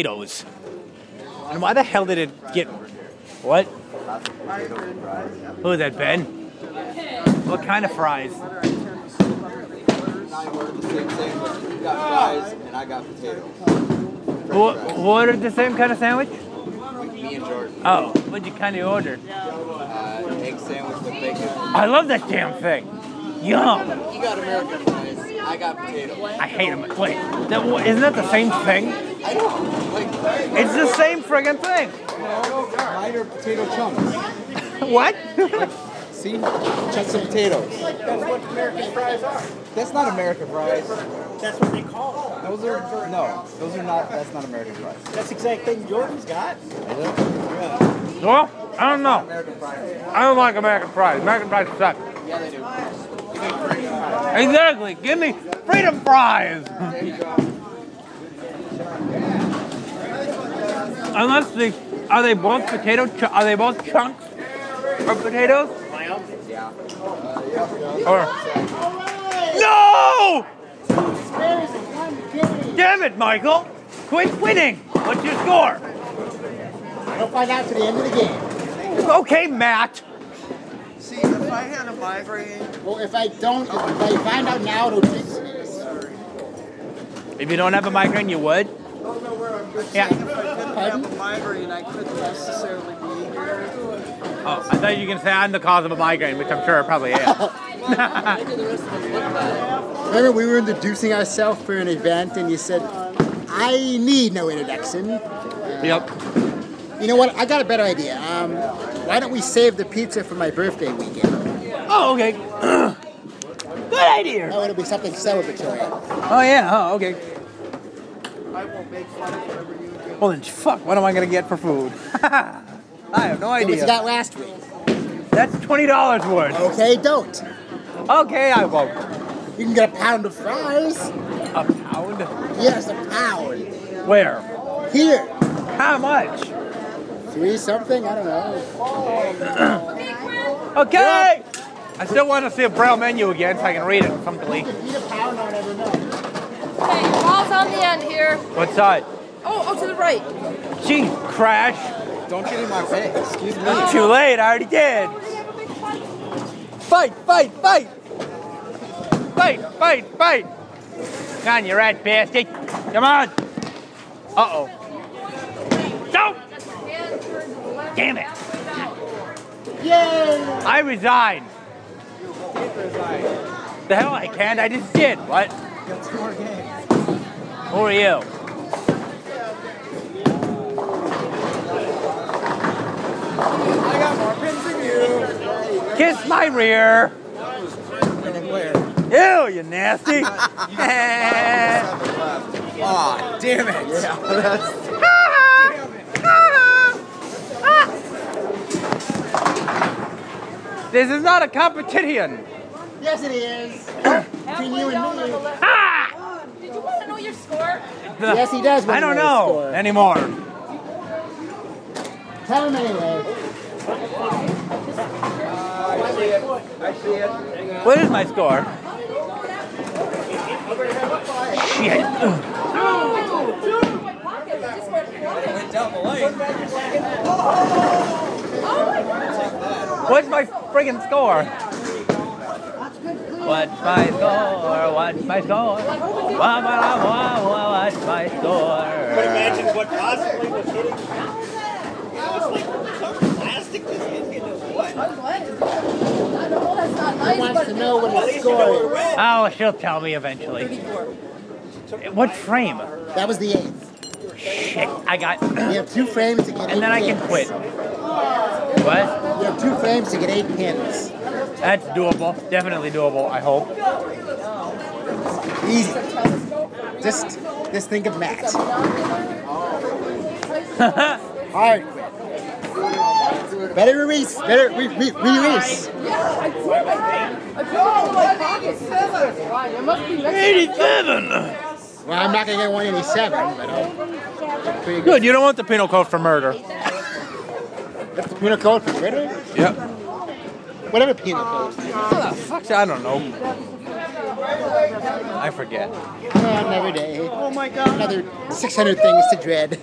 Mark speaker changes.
Speaker 1: potatoes. And why the hell did it get what? Who is that, Ben? What kind of fries?
Speaker 2: I ordered the same sandwich. You got fries and I got potatoes.
Speaker 1: Who, who ordered the same kind of sandwich?
Speaker 2: Me and Jordan.
Speaker 1: Oh, what'd you kind of order?
Speaker 2: Uh, egg sandwich with bacon.
Speaker 1: I love that damn thing. Yum.
Speaker 2: He got American fries. I got potatoes.
Speaker 1: I hate them. Wait, that, wa- isn't that the same thing?
Speaker 2: I don't like
Speaker 1: It's the same friggin' thing.
Speaker 2: mine are potato chunks.
Speaker 1: What?
Speaker 2: See? Chunks of potatoes. That's what American fries are. That's not American fries.
Speaker 3: That's what they call it.
Speaker 2: Those are no. Those are not. That's not American fries.
Speaker 3: That's the exact thing Jordan's got.
Speaker 1: well, I don't know.
Speaker 2: American fries.
Speaker 1: I don't like American fries. American fries suck.
Speaker 2: Yeah, they do.
Speaker 1: Exactly. Give me freedom fries. Unless they are they both potato ch- are they both chunks of potatoes?
Speaker 2: Yeah.
Speaker 1: Or no! Damn it, Michael! Quit winning. What's your score?
Speaker 3: We'll find out to the end of the game.
Speaker 1: Okay, Matt.
Speaker 4: See, if I had a migraine,
Speaker 3: Well, if I don't, if I find out now, it'll jinx me.
Speaker 1: If you don't have a migraine, you would.
Speaker 4: if
Speaker 1: Yeah.
Speaker 4: I didn't have a migraine, I couldn't necessarily be here.
Speaker 1: Oh, I thought you were gonna say I'm the cause of a migraine, which I'm sure it probably is.
Speaker 3: Remember, we were introducing ourselves for an event, and you said, I need no introduction.
Speaker 1: yep.
Speaker 3: You know what? I got a better idea. Um, why don't we save the pizza for my birthday weekend?
Speaker 1: Oh, okay. Good idea.
Speaker 3: That way Oh, it'll be something celebratory.
Speaker 1: Oh yeah. Oh, okay.
Speaker 4: I will make fun of whatever you do.
Speaker 1: Well then, fuck. What am I gonna get for food? I have no
Speaker 3: What you
Speaker 1: idea.
Speaker 3: got last week?
Speaker 1: That's twenty dollars worth.
Speaker 3: Okay, don't.
Speaker 1: Okay, I won't.
Speaker 3: You can get a pound of fries.
Speaker 1: A pound.
Speaker 3: Yes, a pound.
Speaker 1: Where?
Speaker 3: Here.
Speaker 1: How much?
Speaker 3: Three something? I don't know.
Speaker 1: Okay. I still want to see a braille menu again so I can read it comfortably.
Speaker 3: Eat a pound, I'll never know.
Speaker 5: Okay, Paul's on the end here.
Speaker 1: What's that?
Speaker 5: Oh, oh, to the right.
Speaker 1: Gee, crash.
Speaker 2: Don't get in my face. Excuse me.
Speaker 1: Too late. I already did. Fight! Fight! Fight! Fight! Fight! Fight! Come on, you rat bastard! Come on! Uh oh. Don't! Damn it.
Speaker 3: Yay!
Speaker 1: I resign. The hell I can't. I just did. What? Who are you?
Speaker 2: I got more pins than you.
Speaker 1: Kiss my rear. Ew, you nasty.
Speaker 2: Aw, damn it. Yeah, that's.
Speaker 1: this is not a competition.
Speaker 3: Yes, it is. Between you
Speaker 5: Halfway down on
Speaker 3: and
Speaker 5: the
Speaker 3: me.
Speaker 5: left.
Speaker 1: Ah!
Speaker 5: Did you want to know your score?
Speaker 3: Yes, he does.
Speaker 1: I
Speaker 3: want
Speaker 1: don't
Speaker 3: to
Speaker 1: know
Speaker 3: the score.
Speaker 1: anymore.
Speaker 3: Tell him anyway.
Speaker 1: What is my score? Shit.
Speaker 5: Oh,
Speaker 1: What's my friggin' score? What's my score? What's my score? Wah, wah, wah, wah, wah, What's my
Speaker 6: But
Speaker 1: score?
Speaker 6: imagine what possibly was hitting. It was like some plastic just hit into what?
Speaker 3: He wants to know what
Speaker 6: At
Speaker 3: his
Speaker 6: least you know it
Speaker 3: score
Speaker 6: red.
Speaker 1: Oh, she'll tell me eventually. What frame?
Speaker 3: is. That was the eighth.
Speaker 1: Shit, I got.
Speaker 3: You have two frames to get eight
Speaker 1: And then I can
Speaker 3: pins.
Speaker 1: quit. What?
Speaker 3: You have two frames to get eight pins.
Speaker 1: That's doable. Definitely doable, I hope.
Speaker 3: Easy. Just, just think of Matt. Hard quit. Better release. Better re- re- release. Well, I'm not gonna get 187, but uh, I'll pretty good.
Speaker 1: Good, you don't want the penal code for murder.
Speaker 3: That's the penal code for murder.
Speaker 1: Yep.
Speaker 3: Whatever penal code.
Speaker 1: What the fuck's I don't know. I forget.
Speaker 3: Oh, another day.
Speaker 4: Oh my god.
Speaker 3: Another 600 things to dread.